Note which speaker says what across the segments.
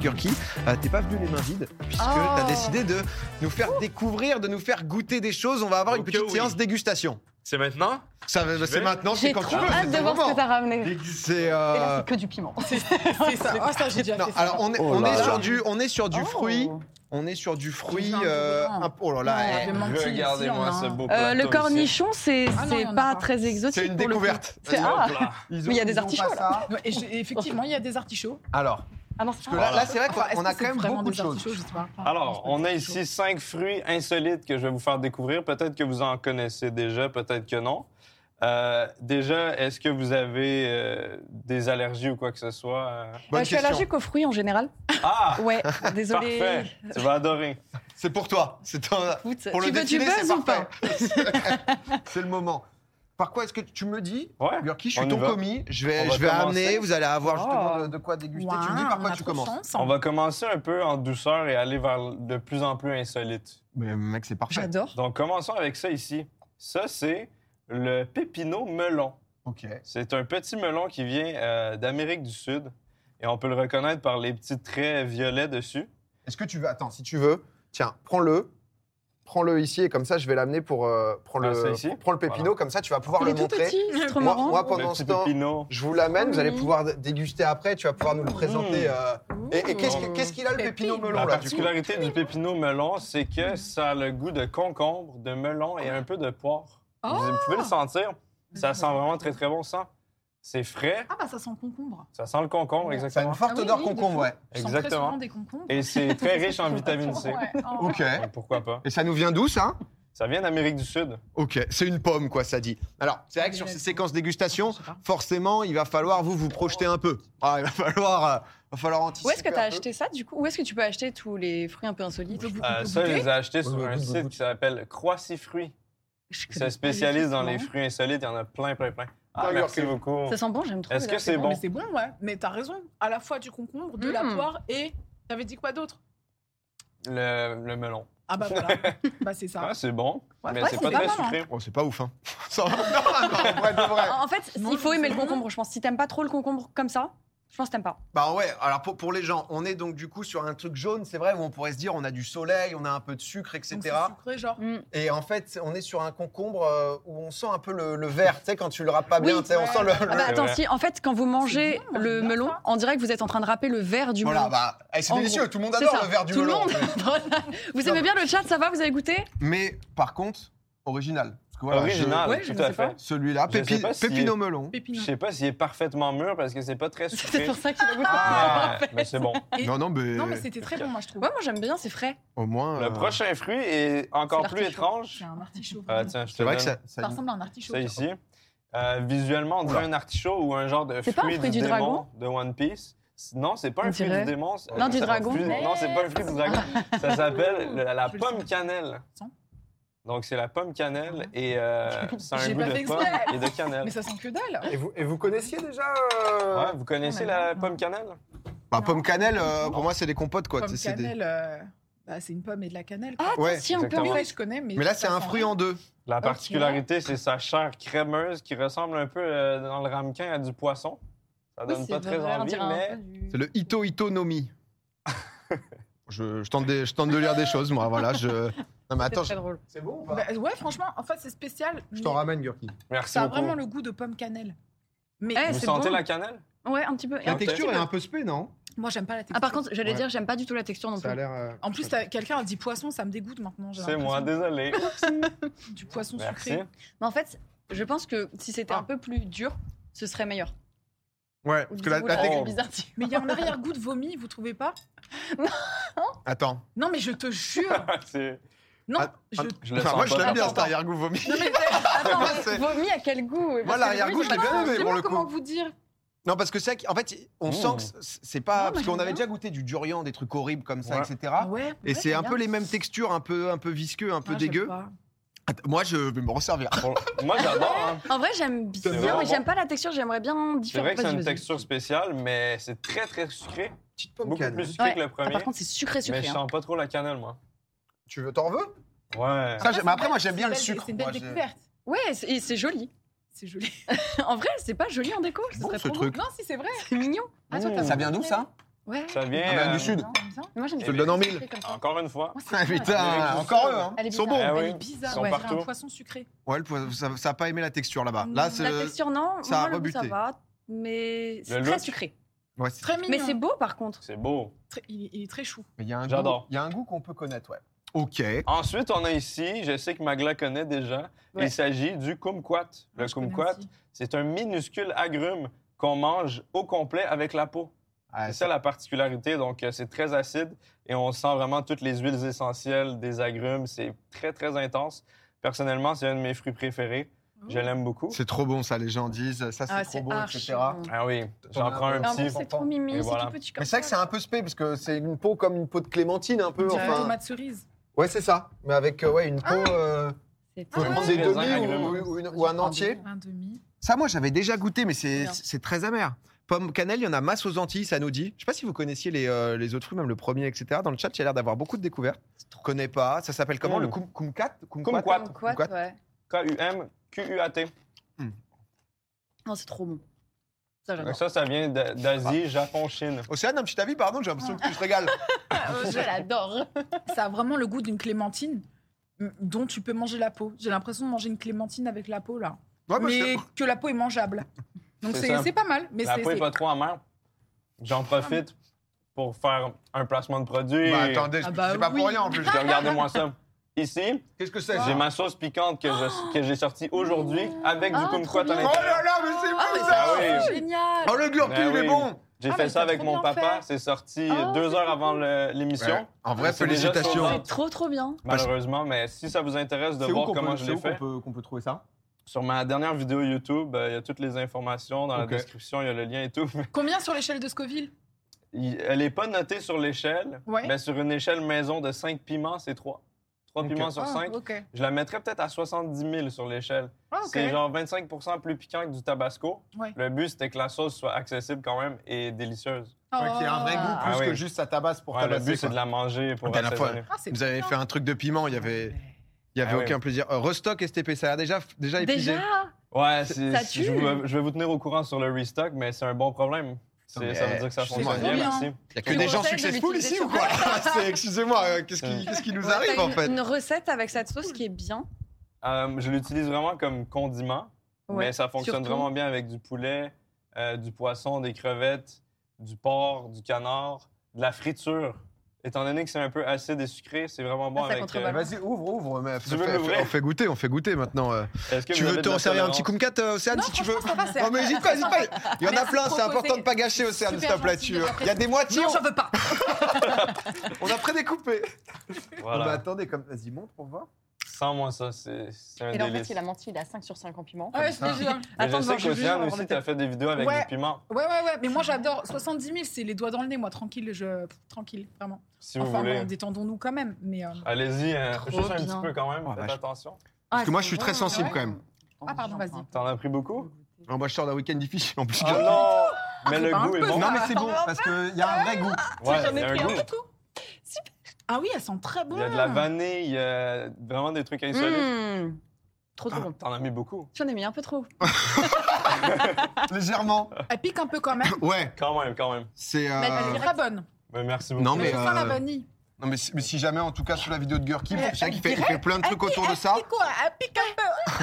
Speaker 1: Turquie, euh, t'es pas venu les mains vides, puisque
Speaker 2: Oh.
Speaker 1: t'as décidé de nous faire découvrir, de nous faire goûter des choses. On va avoir une
Speaker 3: Ok,
Speaker 1: petite
Speaker 3: oui.
Speaker 1: séance dégustation.
Speaker 3: C'est maintenant
Speaker 1: Ça, va- c'est
Speaker 3: vais.
Speaker 1: maintenant, c'est
Speaker 2: J'ai
Speaker 1: quand tu
Speaker 2: trop
Speaker 1: veux.
Speaker 2: hâte
Speaker 1: c'est
Speaker 2: de
Speaker 1: ton
Speaker 2: voir ce
Speaker 1: moment.
Speaker 2: que t'as ramené.
Speaker 1: C'est. euh,
Speaker 2: Et là, c'est que du piment.
Speaker 4: C'est ça. Ah, ça, j'ai déjà
Speaker 1: Non,
Speaker 4: fait ça.
Speaker 1: alors on est,
Speaker 5: Oh
Speaker 1: on
Speaker 5: là
Speaker 1: est
Speaker 5: là.
Speaker 1: sur du, on est sur du
Speaker 4: Oh.
Speaker 1: fruit, on est sur du fruit.
Speaker 4: J'ai fait un
Speaker 1: euh,
Speaker 4: peu de
Speaker 1: un- oh là
Speaker 4: Non,
Speaker 1: là, eh,
Speaker 4: j'ai menti,
Speaker 3: Regardez-moi
Speaker 4: si,
Speaker 3: ce
Speaker 4: on a-
Speaker 3: beau
Speaker 2: Euh,
Speaker 3: plateau
Speaker 2: le
Speaker 3: ici.
Speaker 2: cornichon, c'est
Speaker 4: Ah non,
Speaker 2: c'est
Speaker 4: il y en a
Speaker 2: pas
Speaker 4: pas.
Speaker 2: très exotique.
Speaker 1: c'est une
Speaker 2: pour le coup.
Speaker 1: découverte.
Speaker 2: C'est- ah,
Speaker 3: Hop là.
Speaker 1: Ils
Speaker 2: Mais il y a
Speaker 1: ont-
Speaker 2: des
Speaker 1: ils ont
Speaker 2: artichauts,
Speaker 1: pas
Speaker 2: là.
Speaker 1: ça.
Speaker 4: Ouais, et j'ai- effectivement, il y a des artichauts.
Speaker 1: Alors,
Speaker 2: Ah non, c'est
Speaker 1: parce que
Speaker 2: pas
Speaker 1: Oh là,
Speaker 3: Voilà.
Speaker 1: là, c'est vrai qu'on
Speaker 4: Enfin, est-ce
Speaker 1: on a
Speaker 4: que
Speaker 1: quand
Speaker 4: c'est
Speaker 1: même
Speaker 4: vraiment
Speaker 1: beaucoup de
Speaker 4: des
Speaker 1: choses.
Speaker 4: artichauts Je sais pas.
Speaker 3: Alors,
Speaker 4: Je pense
Speaker 3: on a
Speaker 4: que c'est
Speaker 3: ici cinq fruits insolites que je vais vous faire découvrir. Peut-être que vous en connaissez déjà, peut-être que non. Euh, déjà, est-ce que vous avez euh, des allergies ou quoi que ce soit? euh?
Speaker 1: Bonne
Speaker 2: Euh, je suis
Speaker 1: question.
Speaker 2: allergique aux fruits en général.
Speaker 3: Ah!
Speaker 2: Ouais, désolé.
Speaker 3: Parfait! Tu vas adorer.
Speaker 1: C'est pour toi. C'est ton- pour
Speaker 2: tu
Speaker 1: le
Speaker 2: veux du
Speaker 1: défilé, c'est
Speaker 2: buzz ou
Speaker 1: parfait.
Speaker 2: pas
Speaker 1: C'est le moment. Par quoi est-ce que tu me dis
Speaker 3: Ouais.
Speaker 1: Burki, je
Speaker 3: On
Speaker 1: suis
Speaker 3: y
Speaker 1: ton
Speaker 3: va.
Speaker 1: commis, je vais,
Speaker 3: On va
Speaker 1: je vais
Speaker 3: commencer.
Speaker 1: amener, vous allez avoir justement
Speaker 2: Oh.
Speaker 1: de, de quoi déguster.
Speaker 4: Waouh,
Speaker 1: tu me dis par
Speaker 4: on
Speaker 1: quoi
Speaker 4: a
Speaker 1: tu
Speaker 4: trop de
Speaker 1: commences
Speaker 4: chance.
Speaker 3: On va commencer un peu en douceur et aller vers de plus en plus insolite.
Speaker 1: Mais mec, c'est
Speaker 4: hein.
Speaker 1: parfait.
Speaker 2: J'adore.
Speaker 3: Donc, commençons avec ça ici. Ça, c'est le pépino melon.
Speaker 1: Ok.
Speaker 3: C'est un petit melon qui vient euh, d'Amérique du Sud. Et on peut le reconnaître par les petits traits violets dessus.
Speaker 1: Est-ce que tu veux Attends, si tu veux, tiens, prends-le. Prends-le ici et comme ça, je vais l'amener pour. euh, prends,
Speaker 3: Ah, ça
Speaker 1: le,
Speaker 3: ici
Speaker 1: prends le pépino,
Speaker 3: Voilà.
Speaker 1: comme ça, tu vas pouvoir
Speaker 2: Il
Speaker 1: le
Speaker 2: est tout
Speaker 1: montrer.
Speaker 2: petit, c'est trop
Speaker 1: Moi,
Speaker 2: marrant.
Speaker 1: moi,
Speaker 3: le
Speaker 1: pendant ce
Speaker 3: petit
Speaker 1: temps,
Speaker 3: pépino.
Speaker 1: je vous l'amène, vous allez
Speaker 2: Oui.
Speaker 1: pouvoir déguster après, tu vas pouvoir nous le présenter.
Speaker 3: Mmh.
Speaker 1: euh, Et, et qu'est-ce que-
Speaker 4: Mmh.
Speaker 1: qu'est-ce qu'il a le
Speaker 4: Pépino.
Speaker 1: pépino melon là
Speaker 3: La
Speaker 1: du coup
Speaker 3: particularité du pépino melon, c'est que ça a le goût de concombre, de melon et un peu de poire.
Speaker 4: Oh!
Speaker 3: Vous pouvez le sentir. Ça sent vraiment très, très bon sang. C'est frais.
Speaker 4: Ah, bah, ça sent le concombre.
Speaker 3: Ça sent le concombre,
Speaker 1: Ça a une
Speaker 3: exactement.
Speaker 2: hein?
Speaker 1: forte
Speaker 4: Ah oui,
Speaker 1: odeur
Speaker 4: oui,
Speaker 1: concombre,
Speaker 4: de
Speaker 1: ouais.
Speaker 4: Je sens très
Speaker 3: Exactement.
Speaker 4: souvent des concombres.
Speaker 3: Et c'est très riche en vitamine C.
Speaker 4: Ouais, oh.
Speaker 1: Ok.
Speaker 3: Donc, Pourquoi pas?
Speaker 1: Et ça nous vient d'où ça
Speaker 3: Ça vient d'Amérique du Sud.
Speaker 1: Ok, c'est une pomme quoi, ça dit. Alors, c'est vrai que sur ces séquences dégustation,
Speaker 4: Je sais pas.
Speaker 1: forcément, il va falloir vous vous projeter un peu. Ah, il va falloir, euh, va falloir anticiper.
Speaker 2: Où est-ce que tu as
Speaker 1: un peu.
Speaker 2: acheté ça du coup Où est-ce que tu peux acheter tous les fruits un peu insolites
Speaker 4: On peut
Speaker 3: Euh,
Speaker 4: goûter.
Speaker 3: ça, je les ai achetés
Speaker 1: Oui,
Speaker 3: sur
Speaker 1: oui,
Speaker 3: un
Speaker 1: goûte, goûte,
Speaker 3: site
Speaker 1: goûte.
Speaker 3: qui s'appelle Croissy-Fruits.
Speaker 2: Je
Speaker 3: Ils
Speaker 2: connais
Speaker 3: se
Speaker 2: pas
Speaker 3: spécialise
Speaker 2: du tout,
Speaker 3: dans les
Speaker 2: non.
Speaker 3: fruits insolites. Il y en a plein, plein, plein. Ah,
Speaker 1: Tiens,
Speaker 3: merci
Speaker 1: Yorkie.
Speaker 3: beaucoup.
Speaker 2: Ça sent bon, j'aime trop.
Speaker 3: Est-ce
Speaker 2: les
Speaker 3: que c'est
Speaker 2: artisans.
Speaker 3: bon?
Speaker 4: Mais c'est bon, ouais. Mais t'as raison. À la fois du concombre, de la
Speaker 2: Mm.
Speaker 4: poire et. T'avais dit quoi d'autre
Speaker 3: Le, le melon.
Speaker 4: Ah, bah voilà. bah, c'est ça.
Speaker 3: Ah, c'est bon,
Speaker 4: Ouais,
Speaker 3: mais
Speaker 4: ouais,
Speaker 3: c'est
Speaker 4: c'est
Speaker 3: pas
Speaker 4: bien,
Speaker 3: très
Speaker 4: maman.
Speaker 3: sucré.
Speaker 1: Oh, c'est pas ouf, hein. Ça va. non, non, en vrai, de vrai.
Speaker 2: En fait,
Speaker 4: Non,
Speaker 2: il faut
Speaker 4: je
Speaker 2: aimer
Speaker 4: sais
Speaker 2: le
Speaker 4: pas.
Speaker 2: concombre, je pense. Si t'aimes pas trop le concombre comme ça, je pense que t'aimes pas.
Speaker 1: Bah ouais, alors pour, pour les gens, on est donc du coup sur un truc jaune, c'est vrai, où on pourrait se dire on a du soleil, on a un peu de sucre, etc.
Speaker 4: Donc, c'est sucré, genre.
Speaker 1: Et en fait, on est sur un concombre euh, où on sent un peu le, le vert, tu sais, quand tu le râpes pas
Speaker 4: Oui,
Speaker 1: bien, tu sais, on
Speaker 4: ouais.
Speaker 1: sent le. le-
Speaker 2: Ah bah
Speaker 3: C'est
Speaker 2: attends,
Speaker 3: vrai.
Speaker 2: si, en fait, quand vous mangez
Speaker 4: C'est bon, moi,
Speaker 2: le
Speaker 4: j'aime bien
Speaker 2: melon,
Speaker 4: ça.
Speaker 2: on dirait que vous êtes en train de râper le verre du
Speaker 1: voilà,
Speaker 2: melon.
Speaker 1: bah, eh, c'est
Speaker 2: En
Speaker 1: délicieux,
Speaker 2: gros,
Speaker 1: tout le monde
Speaker 2: C'est
Speaker 1: adore
Speaker 2: ça.
Speaker 1: le vert du
Speaker 2: Tout le
Speaker 1: melon.
Speaker 2: monde. vous
Speaker 1: Non, mais-
Speaker 2: aimez bien le chat, ça va Vous avez goûté
Speaker 1: Mais par contre, original. Parce que voilà,
Speaker 3: Original,
Speaker 2: Ouais, je
Speaker 3: Ah, tout
Speaker 2: ne
Speaker 3: à
Speaker 2: sais pas.
Speaker 3: fait.
Speaker 1: je- Celui-là,
Speaker 3: Je sais
Speaker 1: pépi-
Speaker 3: pas si-
Speaker 1: pépino melon.
Speaker 3: Je
Speaker 4: Pépino.
Speaker 3: sais pas s'il est parfaitement mûr parce que c'est pas très
Speaker 2: C'est
Speaker 3: sucré.
Speaker 2: pour ça que tu l'as goûté.
Speaker 3: Ah, mais c'est bon.
Speaker 4: Et-
Speaker 1: Non, non, mais,
Speaker 4: Non, mais c'était très bon, moi, je trouve.
Speaker 2: Ouais, moi j'aime bien, c'est frais.
Speaker 1: au moins. euh,
Speaker 3: Le prochain fruit est encore
Speaker 2: C'est
Speaker 3: plus
Speaker 2: l'artichaut.
Speaker 3: étrange.
Speaker 4: C'est un artichaut.
Speaker 3: Ah,
Speaker 4: vraiment.
Speaker 3: tiens, je te
Speaker 1: C'est vrai
Speaker 3: donne
Speaker 1: que ça. ça-
Speaker 4: Ça ressemble à un artichaut.
Speaker 3: ça ici. Euh, visuellement, on dirait
Speaker 1: Oula.
Speaker 3: un artichaut ou un genre de
Speaker 2: C'est
Speaker 3: fruit,
Speaker 2: pas un fruit du
Speaker 3: démon
Speaker 2: dragon
Speaker 3: de One Piece. Non, c'est pas
Speaker 2: On
Speaker 3: un fruit
Speaker 2: dirait.
Speaker 3: du démon.
Speaker 1: Non,
Speaker 3: Euh,
Speaker 2: du
Speaker 3: ça-
Speaker 2: dragon.
Speaker 3: fruit- Non, c'est pas un fruit du dragon. Ça s'appelle le- la
Speaker 4: Je le
Speaker 3: pomme
Speaker 4: sens.
Speaker 3: cannelle.
Speaker 4: Sens.
Speaker 3: Donc, c'est la pomme cannelle et euh, c'est ça a un
Speaker 4: J'ai
Speaker 3: goût
Speaker 4: pas
Speaker 3: de
Speaker 4: fait
Speaker 3: pomme
Speaker 4: exprès.
Speaker 3: et de cannelle.
Speaker 4: Mais ça sent que dalle.
Speaker 1: Et vous, et vous connaissiez déjà euh,
Speaker 3: Ouais, vous connaissez
Speaker 4: Non, mais
Speaker 3: la
Speaker 4: non.
Speaker 3: pomme cannelle?
Speaker 1: bah,
Speaker 4: Non.
Speaker 1: Pomme cannelle, euh, pour moi, c'est des compotes, quoi. tu
Speaker 4: Pomme
Speaker 1: sais, c'est des-
Speaker 4: cannelle. euh, Bah, c'est une pomme et de la cannelle. quoi.
Speaker 2: Ah,
Speaker 1: Ouais,
Speaker 2: si, un peu,
Speaker 3: exactement.
Speaker 2: oui.
Speaker 4: Après, je connais, mais.
Speaker 1: Mais là, c'est
Speaker 4: ça
Speaker 1: un
Speaker 4: sent-
Speaker 1: fruit en deux.
Speaker 3: La particularité, c'est sa chair crémeuse qui ressemble un peu euh, dans le ramequin à du poisson. Ça
Speaker 2: Oui,
Speaker 3: donne
Speaker 2: c'est
Speaker 3: pas très
Speaker 2: vrai, on
Speaker 3: envie,
Speaker 2: dirait un
Speaker 3: mais
Speaker 2: peu du-
Speaker 1: C'est le Ito Ito Nomi. je, je tente des- je tente de lire des choses, moi, voilà. Je... Non, mais
Speaker 2: C'est
Speaker 1: attends,
Speaker 2: très drôle.
Speaker 1: c'est bon ou
Speaker 4: Bah, ouais, franchement, en fait, c'est spécial.
Speaker 1: Je
Speaker 4: mais
Speaker 1: t'en ramène, Gurki.
Speaker 3: merci
Speaker 4: Ça a
Speaker 3: beaucoup.
Speaker 4: vraiment le goût de pomme cannelle. Mais
Speaker 2: Eh,
Speaker 3: Vous
Speaker 2: c'est
Speaker 3: sentez
Speaker 2: bon.
Speaker 3: la cannelle?
Speaker 2: Ouais, un petit peu.
Speaker 1: La
Speaker 3: Ok.
Speaker 1: texture est un peu spé, non
Speaker 4: moi, j'aime pas la texture.
Speaker 2: Ah, par contre, j'allais
Speaker 1: Ouais.
Speaker 2: dire, j'aime pas du tout la texture non
Speaker 1: Ça a
Speaker 2: plus.
Speaker 1: l'air. euh,
Speaker 4: En plus, t'as- quelqu'un a dit poisson, ça me dégoûte maintenant. j'ai
Speaker 3: C'est moi,
Speaker 4: l'impression.
Speaker 3: désolé.
Speaker 4: Du poisson
Speaker 3: Merci.
Speaker 4: sucré.
Speaker 2: Mais en fait, je pense que si c'était
Speaker 1: Ah.
Speaker 2: un peu plus dur, ce serait meilleur.
Speaker 1: Ouais, parce que la,
Speaker 2: Ou
Speaker 1: la
Speaker 2: là,
Speaker 1: texture.
Speaker 2: c'est bizarre. tu-
Speaker 4: Mais il y a un arrière-goût de vomi, vous trouvez pas
Speaker 1: Attends.
Speaker 4: Non, mais je te jure.
Speaker 3: C'est-
Speaker 4: Non,
Speaker 1: Ah,
Speaker 4: je.
Speaker 3: Je le
Speaker 1: Enfin,
Speaker 3: sens
Speaker 1: moi, je
Speaker 3: pas
Speaker 1: l'aime bien,
Speaker 3: tant.
Speaker 1: cet arrière-goût vomi.
Speaker 2: Non, mais attends,
Speaker 1: Moi, c'est-
Speaker 2: vomi à quel goût Parce que le vomi,
Speaker 1: l'arrière-goût,
Speaker 2: c'est
Speaker 1: je l'ai
Speaker 2: pas-
Speaker 1: bien aimé,
Speaker 4: Je sais
Speaker 1: pour
Speaker 4: pas
Speaker 1: le
Speaker 4: comment
Speaker 1: coup.
Speaker 4: vous dire.
Speaker 1: Non, parce que c'est. En fait, on
Speaker 3: Mmh.
Speaker 1: sent que c'est- c'est pas.
Speaker 2: Non, moi,
Speaker 1: parce qu'on
Speaker 2: j'aime
Speaker 1: avait
Speaker 2: bien.
Speaker 1: déjà goûté du durian, des trucs horribles comme ça,
Speaker 3: Ouais.
Speaker 1: etc.
Speaker 4: Ah Ouais. Ah,
Speaker 1: Et c'est un peu
Speaker 4: les
Speaker 1: les mêmes textures, un peu, un peu visqueux, un peu dégueu. Attends, Moi, je vais me resservir.
Speaker 3: Pour- Moi, j'adore. hein.
Speaker 2: En vrai, j'aime
Speaker 1: C'est
Speaker 2: bien,
Speaker 3: vraiment
Speaker 2: mais
Speaker 3: bon.
Speaker 2: j'aime pas la texture, j'aimerais bien
Speaker 3: C'est
Speaker 2: différent.
Speaker 3: vrai que c'est
Speaker 2: Vas-y,
Speaker 3: une
Speaker 2: vas-y. Ah,
Speaker 3: texture spéciale, mais c'est très, très sucré.
Speaker 1: Petite pomme
Speaker 3: Beaucoup plus
Speaker 1: cannelle.
Speaker 3: sucré
Speaker 2: Ouais.
Speaker 3: que le
Speaker 2: Ah,
Speaker 3: premier.
Speaker 2: par contre, c'est sucré,
Speaker 3: mais
Speaker 2: sucré.
Speaker 3: je
Speaker 2: hein.
Speaker 3: sens pas trop la cannelle, moi.
Speaker 1: Tu veux, t'en veux
Speaker 3: Ouais.
Speaker 1: Ça, j'ai- mais après, moi, j'aime bien le sucre.
Speaker 4: C'est une belle
Speaker 1: moi, j'ai-
Speaker 4: découverte.
Speaker 2: Ouais, c'est- et c'est joli.
Speaker 4: C'est joli.
Speaker 2: en vrai, c'est pas joli en déco. Ce
Speaker 1: Bon,
Speaker 2: serait
Speaker 1: ce
Speaker 2: trop
Speaker 1: truc.
Speaker 2: beau.
Speaker 4: Non, si c'est vrai.
Speaker 2: C'est mignon.
Speaker 4: Ah, toi, t'as
Speaker 3: Mmh.
Speaker 4: vraiment aimé.
Speaker 2: Ouais.
Speaker 3: Ça vient.
Speaker 1: Amérique
Speaker 3: euh,
Speaker 1: Ah, ben, du
Speaker 4: hein,
Speaker 1: Sud.
Speaker 2: Moi, j'aime
Speaker 3: Je
Speaker 2: bien
Speaker 3: te le
Speaker 1: donne en
Speaker 2: les
Speaker 1: mille.
Speaker 2: trucs comme ça.
Speaker 3: Encore une fois.
Speaker 2: Moi, c'est
Speaker 1: Ah,
Speaker 2: bien,
Speaker 1: putain,
Speaker 3: Amérique du
Speaker 1: encore
Speaker 3: Sud.
Speaker 1: eux, hein.
Speaker 2: Oh, Elle est
Speaker 1: Ils sont
Speaker 2: bizarre.
Speaker 1: bons.
Speaker 3: Ah
Speaker 4: Elle
Speaker 3: oui,
Speaker 4: est bizarre.
Speaker 3: sont
Speaker 4: Ouais, c'est
Speaker 3: partout.
Speaker 4: un poisson sucré.
Speaker 1: Ouais, le poisson, ça, ça a pas aimé la texture là-bas.
Speaker 4: Non,
Speaker 1: Là,
Speaker 4: la
Speaker 1: c'est.
Speaker 2: Mmh, Mm, La texture, non.
Speaker 1: ça a
Speaker 2: Moi, le goût, ça
Speaker 1: rebuté.
Speaker 2: va. Mais c'est
Speaker 3: Le
Speaker 2: très
Speaker 3: look.
Speaker 2: sucré.
Speaker 1: Ouais, c'est-
Speaker 4: Très mignon.
Speaker 2: Mais c'est beau, par contre.
Speaker 3: C'est beau.
Speaker 4: Très- il, est- il est très chou. hein.
Speaker 5: Mais il y a un
Speaker 3: J'adore.
Speaker 5: goût- il y a un goût qu'on peut connaître, ouais.
Speaker 1: Ok.
Speaker 3: Ensuite, on a ici, je sais que Magla connaît déjà,
Speaker 2: Ouais.
Speaker 3: il s'agit du kumquat. Le
Speaker 4: Je connais
Speaker 3: kumquat,
Speaker 4: aussi.
Speaker 3: c'est un minuscule agrume qu'on mange au complet avec la peau.
Speaker 5: Ah,
Speaker 3: C'est ça la particularité. Donc, euh, c'est très acide et on sent vraiment toutes les huiles essentielles des agrumes. C'est très, très intense. Personnellement, c'est un de mes fruits préférés.
Speaker 2: Mm.
Speaker 3: Je l'aime beaucoup.
Speaker 1: C'est trop bon, ça, les gens disent. Ça, c'est
Speaker 4: Ah,
Speaker 1: trop
Speaker 4: c'est
Speaker 1: beau,
Speaker 4: archi
Speaker 1: etc.
Speaker 4: bon.
Speaker 3: Ah oui, j'en
Speaker 5: T'en as
Speaker 3: prends un
Speaker 5: un
Speaker 2: Et en plus,
Speaker 3: petit.
Speaker 2: c'est trop mimi.
Speaker 3: Et
Speaker 2: C'est
Speaker 3: voilà.
Speaker 2: tout petit comme
Speaker 5: Mais c'est vrai que c'est un peu spé parce que c'est une peau comme une peau de clémentine un peu.
Speaker 4: On dirait
Speaker 5: Enfin,
Speaker 4: tomate cerise.
Speaker 5: ouais, c'est ça. Mais avec euh, ouais, une peau. euh,
Speaker 2: C'est
Speaker 5: faut
Speaker 3: Ah
Speaker 5: prendre
Speaker 3: ouais.
Speaker 5: des
Speaker 3: Des raisins
Speaker 5: demi
Speaker 1: euh,
Speaker 5: ou,
Speaker 3: agréments.
Speaker 5: ou une- ou un entier.
Speaker 4: Un demi.
Speaker 1: Ça, moi, j'avais déjà goûté, mais c'est
Speaker 2: Bien.
Speaker 1: c'est très amer. Pomme cannelle, il y en a masse aux Antilles, ça nous dit. Je sais pas si vous connaissiez les, euh, les autres fruits, même le premier, etc. Dans le chat, il y a l'air d'avoir beaucoup de découvertes. Je connais pas. Ça s'appelle comment
Speaker 3: Mm.
Speaker 1: Le cum- kumquat
Speaker 3: Kumquat.
Speaker 2: Kumquat,
Speaker 1: Kumquat.
Speaker 2: ouais.
Speaker 3: K-U-M-Q-U-A-T.
Speaker 2: Non, c'est trop bon. Ça, j'adore.
Speaker 3: Donc Ça, ça vient d- d'Asie, Japon, Chine.
Speaker 1: Océane, un petit avis, pardon, j'ai l'impression que je régale.
Speaker 2: Je l'adore.
Speaker 4: Ça a vraiment le goût d'une clémentine mm, dont tu peux manger la peau. J'ai l'impression de manger une clémentine avec la peau là.
Speaker 1: Ouais, parce
Speaker 4: mais
Speaker 1: que-
Speaker 4: que la peau est mangeable. Donc
Speaker 3: C'est
Speaker 4: c'est
Speaker 3: ça.
Speaker 4: c'est pas mal. Mais
Speaker 3: La
Speaker 4: c'est
Speaker 3: peau n'est
Speaker 4: c'est-
Speaker 3: pas trop amère. J'en profite pour faire un placement de produit.
Speaker 1: Bah, attendez,
Speaker 4: Ah
Speaker 1: je-
Speaker 4: bah
Speaker 1: c'est pas
Speaker 4: oui.
Speaker 1: pour rien en plus.
Speaker 3: Puis Regardez-moi ça. Ici,
Speaker 1: Qu'est-ce que c'est
Speaker 3: j'ai ma sauce piquante que je- que j'ai sortie aujourd'hui avec du
Speaker 2: Ah,
Speaker 3: kumquat
Speaker 2: trop
Speaker 3: à
Speaker 2: bien.
Speaker 1: Oh
Speaker 3: l'intérieur.
Speaker 1: là là, mais c'est
Speaker 2: Ah, mais
Speaker 1: fou,
Speaker 2: ça,
Speaker 1: ça
Speaker 3: Ah
Speaker 2: c'est
Speaker 3: oui.
Speaker 2: génial.
Speaker 1: Oh, le glurpil,
Speaker 3: Ben
Speaker 1: il est
Speaker 3: oui.
Speaker 1: bon
Speaker 3: J'ai
Speaker 2: Ah,
Speaker 3: fait
Speaker 2: mais
Speaker 3: ça
Speaker 2: t'as
Speaker 3: avec
Speaker 2: trop
Speaker 3: mon
Speaker 2: bien
Speaker 3: papa.
Speaker 2: fait.
Speaker 3: C'est sorti
Speaker 2: Ah,
Speaker 3: deux
Speaker 2: c'est
Speaker 3: heures
Speaker 2: trop
Speaker 3: avant
Speaker 2: cool.
Speaker 3: le-
Speaker 1: Ouais.
Speaker 3: l'émission,
Speaker 1: En vrai,
Speaker 3: C'est déjà
Speaker 1: félicitations.
Speaker 3: sauvage.
Speaker 2: C'est trop, trop bien.
Speaker 3: malheureusement. Mais si ça vous intéresse de
Speaker 5: C'est où
Speaker 3: voir
Speaker 5: qu'on
Speaker 3: comment
Speaker 5: peut-
Speaker 3: je
Speaker 5: c'est
Speaker 3: l'ai
Speaker 5: où qu'on
Speaker 3: fait,
Speaker 5: peut, qu'on peut trouver ça
Speaker 3: sur ma dernière vidéo YouTube, euh, il y a toutes les informations. Dans
Speaker 5: Ok.
Speaker 3: la description, il y a le lien et tout.
Speaker 4: Combien sur l'échelle de Scoville
Speaker 3: Il- Elle n'est pas notée sur l'échelle,
Speaker 4: Ouais.
Speaker 3: mais sur une échelle maison de 5 piments, c'est 3. 3
Speaker 5: Ok.
Speaker 3: piments sur
Speaker 4: Ah,
Speaker 3: 5.
Speaker 4: Ok.
Speaker 3: Je la mettrais peut-être à 70 000 sur l'échelle.
Speaker 4: Ah, ok.
Speaker 3: C'est genre 25 plus piquant que du tabasco.
Speaker 4: Ouais.
Speaker 3: Le but, c'était que la sauce soit accessible quand même et délicieuse.
Speaker 5: Ouais, Qu'il y a un vrai goût
Speaker 4: Ah,
Speaker 5: plus
Speaker 3: Ah oui.
Speaker 5: que juste ça tabasse pour
Speaker 3: Ouais, le
Speaker 5: tabasser.
Speaker 3: but, c'est de la manger pour
Speaker 1: La dernière fois,
Speaker 3: assaisonner.
Speaker 4: Ah, c'est
Speaker 1: Vous avez
Speaker 4: bien.
Speaker 1: fait un truc de piment, il y avait, il y avait
Speaker 3: Ah ouais.
Speaker 1: aucun plaisir. Euh, restock STP, ça a l'air déjà, déjà épuisé.
Speaker 2: Déjà,
Speaker 3: Ouais, c'est-
Speaker 2: Ça
Speaker 3: je,
Speaker 2: tue.
Speaker 3: vous- je vais vous tenir au courant sur le restock, mais c'est un bon problème. C'est-
Speaker 1: Mais
Speaker 3: ça veut dire que ça
Speaker 1: justement,
Speaker 3: fonctionne
Speaker 4: c'est
Speaker 3: bien,
Speaker 4: bien.
Speaker 3: merci.
Speaker 1: Il y a que
Speaker 2: Une
Speaker 1: des gens
Speaker 2: recette de
Speaker 1: successful
Speaker 2: l'utiliser
Speaker 1: ici ou
Speaker 2: sur
Speaker 1: quoi C'est- Excusez-moi, euh, qu'est-ce qui, qu'est-ce qui nous
Speaker 2: Ouais,
Speaker 1: arrive
Speaker 2: t'as
Speaker 1: en
Speaker 2: une,
Speaker 1: fait
Speaker 2: une recette avec cette sauce qui est bien.
Speaker 3: Euh, je l'utilise vraiment comme condiment,
Speaker 2: Ouais,
Speaker 3: mais ça fonctionne
Speaker 2: surtout.
Speaker 3: vraiment bien avec du poulet, euh, du poisson, des crevettes, du porc, du canard, de la friture. Étant donné que c'est un peu acide et sucré, c'est vraiment bon
Speaker 2: Ah, ça
Speaker 3: avec.
Speaker 2: contrebalance.
Speaker 5: Vas-y, ouvre, ouvre. mais-
Speaker 3: Tu veux
Speaker 1: Fais-
Speaker 3: l'ouvrir?
Speaker 1: On fait goûter, on fait goûter maintenant. euh.
Speaker 3: Est-ce que
Speaker 1: Tu
Speaker 3: vous avez
Speaker 1: veux
Speaker 3: de
Speaker 1: te
Speaker 3: la
Speaker 1: resservir un
Speaker 3: tolérance?
Speaker 1: petit kumquat, euh, Océane,
Speaker 4: Non,
Speaker 1: si tu veux
Speaker 4: franchement, ça va, c'est-
Speaker 1: Oh, mais hésite pas, hésite pas Il y en a
Speaker 4: Merci
Speaker 1: plein,
Speaker 4: de
Speaker 1: c'est important
Speaker 4: proposer.
Speaker 1: de pas gâcher, Océane,
Speaker 4: Super
Speaker 1: stop
Speaker 4: gentil
Speaker 1: là-dessus.
Speaker 4: de
Speaker 1: hein. Il y a des moitiés,
Speaker 4: Non,
Speaker 1: on-
Speaker 4: j'en veux pas.
Speaker 1: on a prédécoupé.
Speaker 5: Non, mais
Speaker 1: Bah.
Speaker 3: Voilà.
Speaker 5: attendez, comme... vas-y, montre pour voir.
Speaker 3: Sans moi, ça, c'est c'est un
Speaker 2: Et là, en fait,
Speaker 3: délice.
Speaker 2: il a menti, il a 5 sur 5 en piment.
Speaker 4: Ah Ouais, c'est
Speaker 5: ça.
Speaker 3: Mais
Speaker 4: déjà-
Speaker 2: Attends de
Speaker 3: je sais
Speaker 2: voir, je vais
Speaker 3: qu'Océane
Speaker 2: juste
Speaker 3: aussi,
Speaker 2: remonter.
Speaker 3: t'as fait des vidéos avec
Speaker 4: Ouais.
Speaker 3: du piment,
Speaker 4: Ouais, ouais, ouais. Mais moi, j'adore. 70 000, c'est les doigts dans le nez, moi. Tranquille, je... pff, Tranquille, vraiment.
Speaker 3: si vous
Speaker 4: enfin,
Speaker 3: voulez.
Speaker 4: bon, détendons-nous quand même. Mais, euh,
Speaker 3: Allez-y, euh,
Speaker 2: Trop
Speaker 3: juste un
Speaker 2: bien.
Speaker 3: petit peu quand même,
Speaker 1: Oh,
Speaker 3: faites
Speaker 1: vache.
Speaker 3: attention.
Speaker 1: Parce que moi, je suis très sensible quand même.
Speaker 4: Oh, Ah, pardon, vas-y.
Speaker 3: T'en as pris beaucoup?
Speaker 1: Ah, Moi, je sors d'un week-end difficile en
Speaker 2: Ah,
Speaker 1: plus.
Speaker 3: Oh non! Mais
Speaker 4: c'est
Speaker 3: le
Speaker 4: pas un
Speaker 3: goût est
Speaker 4: peu,
Speaker 3: bon.
Speaker 5: Non,
Speaker 4: ça.
Speaker 5: mais c'est bon parce qu'il y a un vrai goût.
Speaker 3: Ouais,
Speaker 2: J'en ai
Speaker 3: il y a un
Speaker 2: pris un
Speaker 3: goût.
Speaker 4: Ah oui, elles sont très bonnes.
Speaker 3: Il y a de la vanille, il y a vraiment des trucs insolites.
Speaker 2: Mmh. Trop, trop bon.
Speaker 3: T'en as mis beaucoup.
Speaker 2: Tu en as mis un peu trop.
Speaker 1: Légèrement.
Speaker 4: Elle pique un peu quand même.
Speaker 1: Ouais,
Speaker 3: Quand même, quand même.
Speaker 1: c'est. euh,
Speaker 4: Mais
Speaker 2: Bah,
Speaker 4: elle est très bonne.
Speaker 3: Ah, Mais merci beaucoup.
Speaker 1: Non, mais,
Speaker 4: Mais
Speaker 1: euh,
Speaker 4: sans la vanille.
Speaker 1: Non, mais si, mais si jamais, en tout cas, sur la vidéo de Gurki,
Speaker 2: Euh,
Speaker 4: Mais
Speaker 1: je sais qu'il fait, il fait plein de trucs autour de
Speaker 3: ah.
Speaker 1: ça.
Speaker 4: Elle pique quoi Elle pique hein.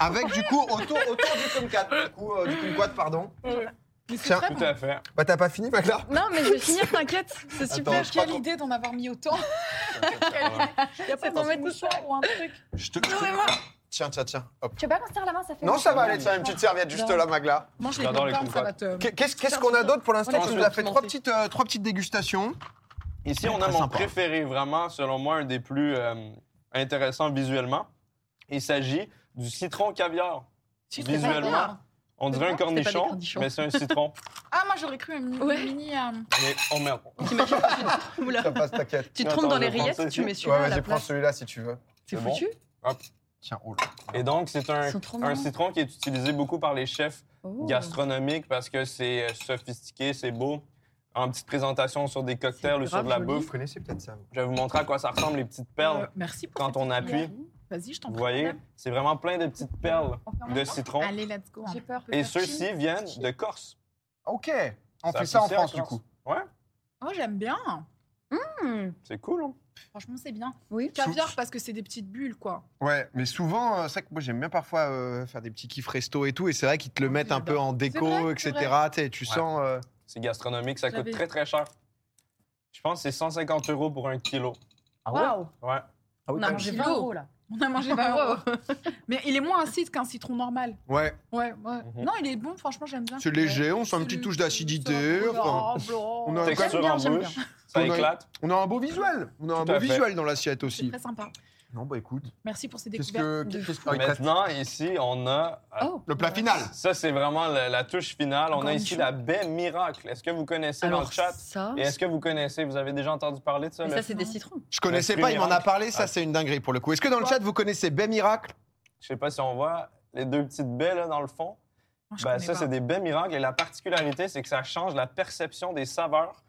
Speaker 4: un peu.
Speaker 1: Avec, du coup, autour, autour du kumquat. Du coup, euh, du kumquat, pardon.
Speaker 4: Mais c'est
Speaker 1: Tiens.
Speaker 4: très
Speaker 3: Tout
Speaker 4: bon.
Speaker 3: à fait.
Speaker 1: Bah, t'as pas fini, Magla
Speaker 2: Non, mais je vais finir, t'inquiète. C'est super.
Speaker 5: je crois
Speaker 4: Quelle
Speaker 5: qu'on-
Speaker 4: idée d'en avoir mis autant.
Speaker 3: Voilà.
Speaker 4: Il y a pas
Speaker 2: C'est dans mes
Speaker 4: de mouchoir ou un truc.
Speaker 1: Je te. je te- Tiens, tiens, tiens. Hop.
Speaker 2: Tu veux pas m'insérer la main, ça fait.
Speaker 1: Non, ça va aller, tiens, une petite serviette juste
Speaker 2: Non.
Speaker 1: là, Magla.
Speaker 4: Mange les
Speaker 3: J'adore les
Speaker 4: popcorn, ça
Speaker 3: combats.
Speaker 4: va te.
Speaker 1: Qu'est- Qu'est-ce qu'est-ce qu'on a d'autre pour l'instant
Speaker 2: On a
Speaker 1: Tu
Speaker 2: tout
Speaker 1: nous as fait
Speaker 2: monté.
Speaker 1: trois petites, euh, trois petites dégustations.
Speaker 3: Ici, on a
Speaker 1: Très
Speaker 3: mon
Speaker 1: sympa.
Speaker 3: préféré, vraiment, selon moi, un des plus euh, intéressants visuellement. Il s'agit du citron caviar.
Speaker 4: Tu te
Speaker 3: Visuellement.
Speaker 4: fais pas peur.
Speaker 3: On
Speaker 2: C'est
Speaker 3: dirait un
Speaker 2: quoi? C'est pas des
Speaker 3: cornichon,
Speaker 2: cornichons.
Speaker 3: mais c'est un citron.
Speaker 4: Ah, moi j'aurais cru un mini.
Speaker 2: Ouais.
Speaker 4: mini, euh,
Speaker 3: mais oh merde.
Speaker 2: Oula.
Speaker 5: Ça passe, t'inquiète.
Speaker 2: Tu te
Speaker 3: Attends,
Speaker 2: trompes dans
Speaker 3: je
Speaker 2: les
Speaker 3: vais prendre
Speaker 2: rillettes,
Speaker 3: ça
Speaker 2: tu
Speaker 3: ici.
Speaker 2: mets
Speaker 5: Ouais,
Speaker 2: celui-là à
Speaker 5: vas-y,
Speaker 2: la
Speaker 5: prends
Speaker 2: place.
Speaker 5: celui-là si tu veux.
Speaker 2: C'est
Speaker 3: C'est bon.
Speaker 2: foutu.
Speaker 5: Tiens, oh là.
Speaker 3: Et donc, c'est un,
Speaker 2: Ils sont trop
Speaker 3: un
Speaker 2: mignons.
Speaker 3: citron qui est utilisé beaucoup par les chefs
Speaker 2: Oh.
Speaker 3: gastronomiques parce que c'est euh, sophistiqué, c'est beau. En petite présentation sur des cocktails ou sur
Speaker 2: grave
Speaker 3: de la
Speaker 2: joli.
Speaker 3: bouffe.
Speaker 5: Vous connaissez peut-être ça, vous.
Speaker 3: Je vais vous montrer à quoi ça ressemble, les petites perles.
Speaker 4: euh, Merci pour
Speaker 3: Quand
Speaker 4: cette
Speaker 3: on
Speaker 4: idée.
Speaker 3: appuie,
Speaker 4: Vas-y, je t'en
Speaker 3: vous
Speaker 4: prie.
Speaker 3: voyez,
Speaker 4: madame.
Speaker 3: c'est vraiment plein de petites perles
Speaker 2: On fait en
Speaker 3: de
Speaker 2: même temps
Speaker 3: citron.
Speaker 4: Allez, let's go.
Speaker 2: J'ai peur.
Speaker 3: Et ceux-ci viennent de Corse.
Speaker 5: Ok, on
Speaker 3: Ça
Speaker 5: fait
Speaker 3: a
Speaker 5: ça en
Speaker 3: poussé
Speaker 5: France,
Speaker 3: en
Speaker 5: du
Speaker 3: France.
Speaker 5: coup.
Speaker 3: Ouais.
Speaker 4: Oh, j'aime bien.
Speaker 2: Hmm,
Speaker 3: C'est cool, hein?
Speaker 4: Franchement, c'est bien.
Speaker 2: Oui.
Speaker 4: Caviar parce que c'est des petites bulles, quoi.
Speaker 1: Ouais, mais souvent, euh, c'est vrai que moi j'aime bien parfois euh, faire des petits kiffs resto et tout, et c'est vrai qu'ils te le
Speaker 4: Oui,
Speaker 1: mettent un peu
Speaker 4: j'adore.
Speaker 1: en
Speaker 4: C'est
Speaker 1: déco,
Speaker 4: vrai,
Speaker 1: etc.
Speaker 4: c'est
Speaker 1: Tu sais, Tu
Speaker 3: Ouais.
Speaker 1: sens. euh,
Speaker 3: C'est gastronomique, ça coûte
Speaker 4: J'avais-
Speaker 3: très très cher. Je pense que c'est 150 euros pour un kilo.
Speaker 6: Ah
Speaker 2: Waouh.
Speaker 3: Ouais. Ah
Speaker 2: On a mangé 20
Speaker 4: Kilo.
Speaker 2: euros là.
Speaker 4: On a mangé 20 euros. Mais il est moins acide qu'un citron normal.
Speaker 1: Ouais,
Speaker 4: Ouais, ouais.
Speaker 3: Mhm.
Speaker 4: Non, il est bon, franchement, j'aime bien.
Speaker 1: c'est léger, on sent une petite touche d'acidité.
Speaker 2: Oh,
Speaker 1: enfin,
Speaker 4: on
Speaker 1: on a-
Speaker 4: J'aime
Speaker 3: Texture
Speaker 4: bien,
Speaker 3: en
Speaker 4: j'aime
Speaker 3: bouche,
Speaker 4: bien.
Speaker 3: ça
Speaker 1: On a-
Speaker 3: éclate.
Speaker 1: on a un beau visuel. On a un
Speaker 3: Tout à
Speaker 1: beau
Speaker 3: fait.
Speaker 1: visuel dans l'assiette
Speaker 4: C'est
Speaker 1: aussi.
Speaker 4: très sympa.
Speaker 1: Non, bah écoute.
Speaker 4: Merci pour ces
Speaker 1: Qu'est-ce
Speaker 4: découvertes.
Speaker 1: que.
Speaker 2: de
Speaker 1: qu'est-ce que-
Speaker 2: fou.
Speaker 1: ah, il traite-
Speaker 3: Maintenant, ici, on a.
Speaker 2: Oh.
Speaker 1: Le plat final.
Speaker 3: Ça, c'est vraiment la, la touche finale. On
Speaker 4: Encore
Speaker 3: a
Speaker 4: une
Speaker 3: ici
Speaker 4: chose.
Speaker 3: la baie miracle. Est-ce que vous connaissez dans le
Speaker 2: Alors
Speaker 3: chat?
Speaker 2: ça.
Speaker 3: Et est-ce que vous connaissez, vous avez déjà entendu parler de ça?
Speaker 2: mais
Speaker 3: le-
Speaker 2: ça c'est des citrons.
Speaker 1: Je connaissais
Speaker 3: Esprit
Speaker 1: pas, il m'en a
Speaker 3: miracle.
Speaker 1: parlé, ça
Speaker 3: Ah.
Speaker 1: c'est une dinguerie pour le coup. Est-ce que dans le
Speaker 4: Quoi
Speaker 1: chat vous connaissez Baie Miracle
Speaker 3: Je sais pas si on voit les deux petites baies là, dans le fond.
Speaker 4: Moi, je
Speaker 1: Bah,
Speaker 3: Ben,
Speaker 4: connais
Speaker 3: ça,
Speaker 4: pas.
Speaker 3: c'est des baies miracles. Et la particularité, c'est que ça change la perception des saveurs.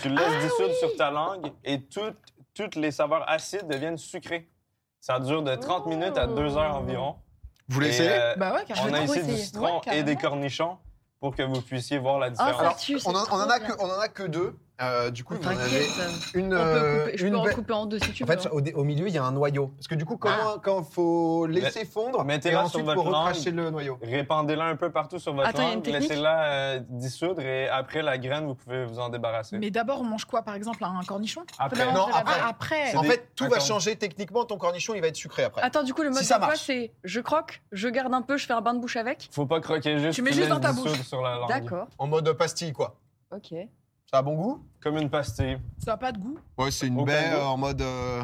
Speaker 3: Tu le laisses
Speaker 2: Ah
Speaker 3: dissoudre sur ta langue et toutes, toutes les saveurs acides deviennent sucrées. Ça dure de 30
Speaker 2: Oh.
Speaker 3: minutes à 2 heures environ.
Speaker 1: Vous
Speaker 3: Et,
Speaker 1: l'essayez
Speaker 3: euh,
Speaker 4: Bah ouais,
Speaker 3: on
Speaker 4: carrément.
Speaker 3: a
Speaker 2: trop
Speaker 3: ici du
Speaker 2: essayer.
Speaker 3: citron
Speaker 2: Ouais,
Speaker 3: et des
Speaker 2: carrément.
Speaker 3: cornichons pour que vous puissiez voir la
Speaker 2: Ah,
Speaker 3: différence.
Speaker 2: ça
Speaker 1: Alors,
Speaker 2: tue. c'est
Speaker 1: on, en, on en
Speaker 2: trop
Speaker 1: a
Speaker 2: bien.
Speaker 1: que, on en a que deux. Euh, du coup, vous en avez
Speaker 2: T'inquiète.
Speaker 1: une.
Speaker 2: On peut
Speaker 1: euh,
Speaker 2: couper. Je
Speaker 1: une
Speaker 2: peux
Speaker 1: baie-
Speaker 2: recouper en deux si tu
Speaker 1: En
Speaker 2: veux.
Speaker 1: fait, au, dé- au milieu, il y a un noyau. Parce que du coup, comment, quand faut laisser fondre, et
Speaker 3: Ah. mettez-la sur
Speaker 1: ensuite
Speaker 3: votre
Speaker 1: faut recracher
Speaker 3: langue.
Speaker 1: le noyau.
Speaker 3: Répandez-la un peu partout sur votre
Speaker 2: Attends, il y a une
Speaker 3: langue,
Speaker 2: technique?
Speaker 3: laissez-la euh, dissoudre et après la graine, vous pouvez vous en débarrasser.
Speaker 4: Mais d'abord, on mange quoi, par exemple, un cornichon
Speaker 3: Après,
Speaker 1: Non,
Speaker 4: Ah,
Speaker 1: après.
Speaker 4: après.
Speaker 3: C'est
Speaker 1: En
Speaker 3: des-
Speaker 1: fait, tout va
Speaker 3: Attends.
Speaker 1: changer techniquement. Ton cornichon, il va être sucré après.
Speaker 2: Attends, du coup, le mode
Speaker 1: Si
Speaker 2: de
Speaker 1: ça
Speaker 2: quoi
Speaker 1: marche.
Speaker 2: c'est je croque, je garde un peu, je fais un bain de bouche avec.
Speaker 3: faut pas croquer juste.
Speaker 4: Tu mets juste
Speaker 3: laisses
Speaker 4: dans ta
Speaker 3: dissoudre
Speaker 4: bouche.
Speaker 3: sur la langue.
Speaker 2: D'accord.
Speaker 1: En mode pastille, quoi.
Speaker 2: Ok.
Speaker 1: Ça a bon goût
Speaker 3: Comme une pastille.
Speaker 4: Ça n'a pas de goût.
Speaker 1: Ouais, c'est
Speaker 3: Aucun goût.
Speaker 1: en mode. euh,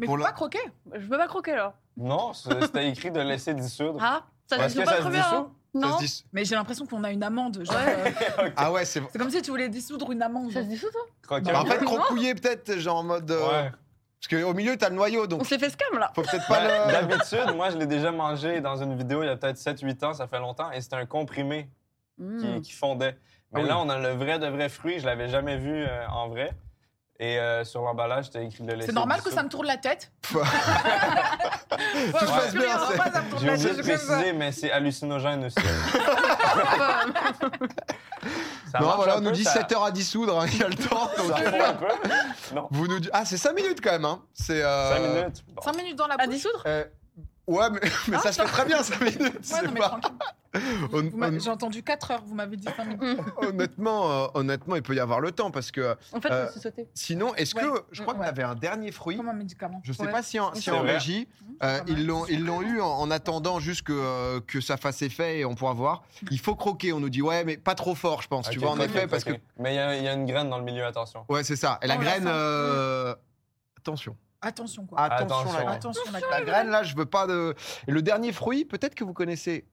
Speaker 4: Mais
Speaker 1: Pour
Speaker 4: faut
Speaker 1: la-
Speaker 4: pas croquer.
Speaker 2: Je peux pas croquer alors.
Speaker 3: Non, c'est- c'était écrit de laisser dissoudre.
Speaker 2: Ah, ça
Speaker 3: Est-ce
Speaker 2: se
Speaker 3: Oh. que
Speaker 2: pas
Speaker 3: ça se
Speaker 2: crever.
Speaker 3: dissout?
Speaker 2: hein. Non.
Speaker 1: se dis-
Speaker 4: Mais j'ai l'impression qu'on a une amende. genre,
Speaker 2: Ouais.
Speaker 4: euh,
Speaker 1: Ah ouais, c'est.
Speaker 4: c'est comme si tu voulais dissoudre une amende.
Speaker 2: Ça se dissout, toi
Speaker 3: Croquer.
Speaker 1: Bah, en fait,
Speaker 2: Non.
Speaker 1: crocouiller peut-être, genre en mode. euh,
Speaker 3: Ouais.
Speaker 1: Parce qu'au milieu, t'as le noyau, donc
Speaker 2: On s'est fait scam là.
Speaker 1: faut peut-être pas
Speaker 3: Ben,
Speaker 1: le.
Speaker 3: D'habitude, moi, je l'ai déjà mangé dans une vidéo il y a peut-être 7-8 ans, ça fait longtemps, et c'était un comprimé qui,
Speaker 2: Hmm.
Speaker 3: qui fondait.
Speaker 1: Ah
Speaker 3: Mais
Speaker 1: oui.
Speaker 3: là, on a le vrai de vrai fruit, je l'avais jamais vu euh, en vrai. Et euh, sur l'emballage, c'était écrit de laisser
Speaker 4: C'est normal que ça
Speaker 3: dissoudre.
Speaker 4: me tourne la tête.
Speaker 1: Tout se passe bien, c'est-
Speaker 3: J'ai oublié de
Speaker 4: c'est
Speaker 3: préciser, mais c'est hallucinogène aussi. Ça
Speaker 1: Non,
Speaker 3: marche
Speaker 1: voilà,
Speaker 3: un
Speaker 1: on nous
Speaker 3: peu,
Speaker 1: dit Euh,
Speaker 3: ça-
Speaker 1: 7 heures à dissoudre, hein, il y a le temps.
Speaker 3: ça
Speaker 1: donc-
Speaker 3: fait un peu. Non,
Speaker 1: Vous nous dites- Ah, c'est 5 minutes quand même, hein. C'est. euh,
Speaker 3: 5 minutes. Bon.
Speaker 4: 5 minutes dans la
Speaker 2: À
Speaker 4: bouche.
Speaker 2: dissoudre
Speaker 1: euh, Ouais, mais, mais
Speaker 4: Ah,
Speaker 1: ça se fait très bien 5 minutes.
Speaker 4: Ouais,
Speaker 1: c'est
Speaker 4: non, mais
Speaker 1: pas-
Speaker 4: tranquille. Vous-
Speaker 1: On-
Speaker 4: vous m'avez-
Speaker 1: on-
Speaker 4: J'ai entendu 4 heures, vous m'avez dit 5 minutes.
Speaker 1: Honnêtement, euh, honnêtement, il peut y avoir le temps parce que
Speaker 2: En fait,
Speaker 1: Euh,
Speaker 2: on s'est sauté.
Speaker 1: sinon, est-ce que
Speaker 4: Ouais.
Speaker 1: je crois que
Speaker 4: Ouais.
Speaker 1: tu avais un dernier fruit
Speaker 4: Comme un médicament.
Speaker 1: Je sais
Speaker 4: Ouais.
Speaker 1: pas si en,
Speaker 4: Oui,
Speaker 1: si
Speaker 4: c'est
Speaker 1: en
Speaker 3: vrai.
Speaker 1: régie,
Speaker 4: Mmh,
Speaker 1: euh,
Speaker 4: c'est pas mal.
Speaker 1: ils l'ont ils l'ont eu en, en attendant juste que euh, que ça fasse effet et on pourra voir.
Speaker 4: Mmh.
Speaker 1: Il faut croquer, on nous dit ouais, mais pas trop fort, je pense. tu
Speaker 3: Ok,
Speaker 1: vois en
Speaker 3: ok,
Speaker 1: effet
Speaker 3: ok.
Speaker 1: parce que
Speaker 3: Mais il y, a- il y a une graine dans le milieu, attention.
Speaker 1: ouais, c'est ça. Et la
Speaker 4: On Oh, la
Speaker 1: graine,
Speaker 4: sent.
Speaker 1: euh, attention,
Speaker 4: Attention, quoi.
Speaker 1: attention,
Speaker 3: Attention.
Speaker 1: la graine.
Speaker 4: Attention, la
Speaker 1: La graine là, je veux pas de. Et le dernier fruit, peut-être que vous connaissez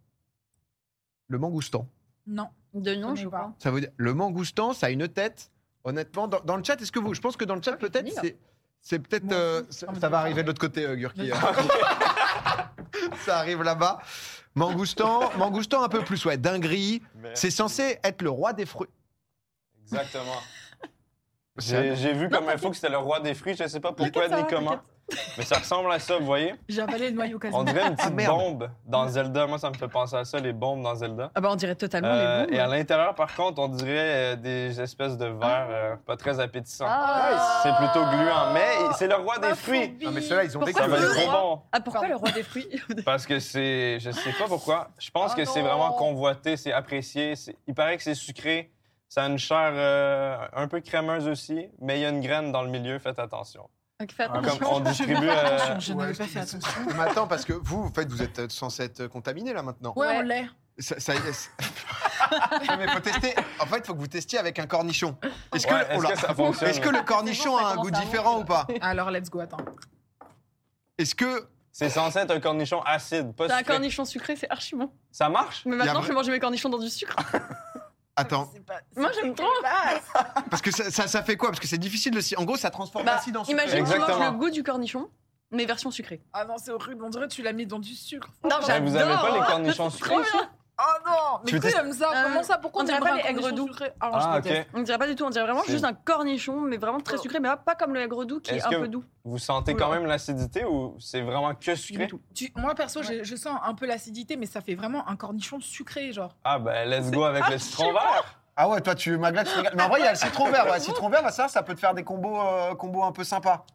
Speaker 1: le mangoustan.
Speaker 4: Non.
Speaker 2: De nom,
Speaker 4: connais
Speaker 2: je
Speaker 4: pas.
Speaker 2: crois.
Speaker 1: Ça veut dire le mangoustan, ça a une tête. Honnêtement, dans, dans le chat, est-ce que vous Je pense que dans le chat,
Speaker 2: Ah, j'ai
Speaker 1: peut-être,
Speaker 2: fini, là.
Speaker 1: c'est c'est peut-être
Speaker 4: Moi
Speaker 1: euh,
Speaker 4: aussi.
Speaker 1: ça,
Speaker 4: Ah, mais
Speaker 1: ça va
Speaker 4: j'ai
Speaker 1: arriver
Speaker 4: pas.
Speaker 1: de l'autre côté, euh, Gurki.
Speaker 4: J'ai-
Speaker 1: hein. ça arrive là-bas. Mangoustan, mangoustan un peu plus, ouais, dinguerie. C'est censé être le roi des fruits.
Speaker 3: Exactement.
Speaker 1: C'est-
Speaker 3: J'ai j'ai vu comme info que c'était le roi des fruits, je sais pas pourquoi
Speaker 2: T'inquiète, ça
Speaker 3: ni
Speaker 2: va,
Speaker 3: comment. Mais ça ressemble à ça, vous voyez?
Speaker 4: J'ai avalé le noyau
Speaker 3: On
Speaker 4: quasiment.
Speaker 3: dirait une
Speaker 2: Ah,
Speaker 3: petite
Speaker 1: merde.
Speaker 3: bombe dans Zelda. Moi, ça me fait penser à ça, les bombes dans Zelda.
Speaker 2: Ah bah on dirait totalement
Speaker 3: Euh,
Speaker 2: les hein.
Speaker 3: et
Speaker 2: bons.
Speaker 3: à l'intérieur, par contre, on dirait euh, des espèces de verres euh, pas très appétissants.
Speaker 2: Ah.
Speaker 3: C'est plutôt gluant, mais c'est le roi des
Speaker 2: Ma
Speaker 3: fruits.
Speaker 2: phobie.
Speaker 1: Non, mais ceux-là, ils ont des
Speaker 2: Pourquoi
Speaker 3: Ça va
Speaker 2: le
Speaker 3: être trop
Speaker 2: roi
Speaker 3: bon.
Speaker 2: Ah pourquoi le roi des fruits
Speaker 3: Parce que c'est. Je sais pas pourquoi. Je pense
Speaker 4: Ah
Speaker 3: que c'est
Speaker 4: non.
Speaker 3: vraiment convoité, c'est apprécié. c'est- Il paraît que c'est sucré. Ça a une chair euh, un peu crémeuse aussi, mais il y a une graine dans le milieu, faites attention.
Speaker 2: Ok, fais
Speaker 1: Ah,
Speaker 3: Comme
Speaker 2: attention.
Speaker 3: on distribue. euh,
Speaker 4: Attention, je n'avais
Speaker 1: ouais,
Speaker 4: pas fait
Speaker 1: c'est-
Speaker 4: attention.
Speaker 1: Mais attends, parce que vous, en fait, vous êtes euh, censé être contaminé là maintenant.
Speaker 4: Ouais,
Speaker 2: Ouais.
Speaker 4: on l'est.
Speaker 1: Ça, ça- c'est- Non, mais faut tester. En fait, faut que vous testiez avec un cornichon. Est-ce que,
Speaker 3: Ouais,
Speaker 1: le- oh là.
Speaker 3: ça fonctionne?
Speaker 1: Est-ce que le cornichon
Speaker 2: bon, ça
Speaker 1: a un
Speaker 2: commence
Speaker 1: goût
Speaker 2: à
Speaker 1: différent
Speaker 2: monter.
Speaker 1: ou pas
Speaker 4: Alors, let's go, attends.
Speaker 1: Est-ce que
Speaker 3: C'est censé être un cornichon acide, pas
Speaker 2: C'est un
Speaker 3: sucré.
Speaker 2: cornichon sucré, c'est archi bon.
Speaker 3: Ça marche?
Speaker 2: Mais
Speaker 1: Y a
Speaker 2: maintenant,
Speaker 1: vrai-
Speaker 2: je vais manger mes cornichons dans du sucre.
Speaker 1: attends,
Speaker 4: C'est pas-
Speaker 2: Moi, j'aime trop.
Speaker 1: parce que ça, ça, ça fait quoi Parce que c'est difficile de. si- En gros, ça transforme
Speaker 2: Bah,
Speaker 1: l'acide en sucre.
Speaker 2: Imagine que tu
Speaker 3: Exactement.
Speaker 2: manges le goût du cornichon, mais version sucrée.
Speaker 4: Ah non, c'est horrible. On dirait que tu l'as mis dans du sucre.
Speaker 2: Non,
Speaker 3: Ouais, vous avez pas
Speaker 2: j'adore.
Speaker 3: les cornichons sucrés?
Speaker 2: Trop bien.
Speaker 4: Oh non Mais
Speaker 1: Tu
Speaker 4: qui
Speaker 1: testes-
Speaker 4: aime ça
Speaker 2: Euh,
Speaker 4: Comment ça Pourquoi
Speaker 2: on dirait
Speaker 4: t'aimerais
Speaker 2: pas les
Speaker 4: un cornichon
Speaker 2: aigres doux.
Speaker 4: sucré
Speaker 3: Ah,
Speaker 4: je déteste.
Speaker 3: ok.
Speaker 2: On dirait pas du tout, on dirait vraiment
Speaker 3: C'est-
Speaker 2: juste un cornichon, mais vraiment très sucré, mais pas comme le aigre doux qui est,
Speaker 3: Est-ce
Speaker 2: un
Speaker 3: que-
Speaker 2: peu doux.
Speaker 3: Vous sentez quand même l'acidité ou c'est vraiment que
Speaker 2: Du
Speaker 3: sucré?
Speaker 2: tout.
Speaker 4: Tu- Moi, perso, j'ai- je sens un peu l'acidité, mais ça fait vraiment un cornichon sucré, genre.
Speaker 3: Ah ben, let's go avec le citron
Speaker 2: super.
Speaker 3: vert.
Speaker 1: Ah ouais, toi, tu Magla, tu te régales. Mais en vrai, il y a le citron vert. Ouais. Citron vert, ça, ça peut te faire des combos, euh, combos un peu sympas.